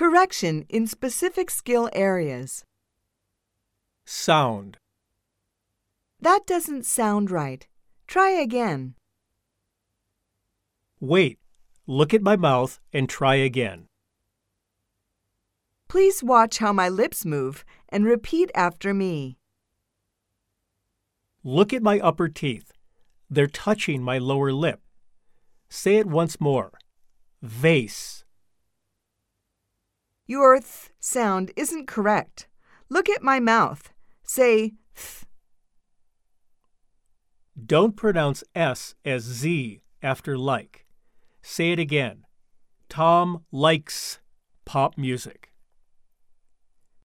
Correction in specific skill areas. Sound. That doesn't sound right. Try again. Wait. Look at my mouth and try again. Please watch how my lips move and repeat after me. Look at my upper teeth. They're touching my lower lip. Say it once more. Vase. Your th sound isn't correct. Look at my mouth. Say th. Don't pronounce S as Z after like. Say it again. Tom likes pop music.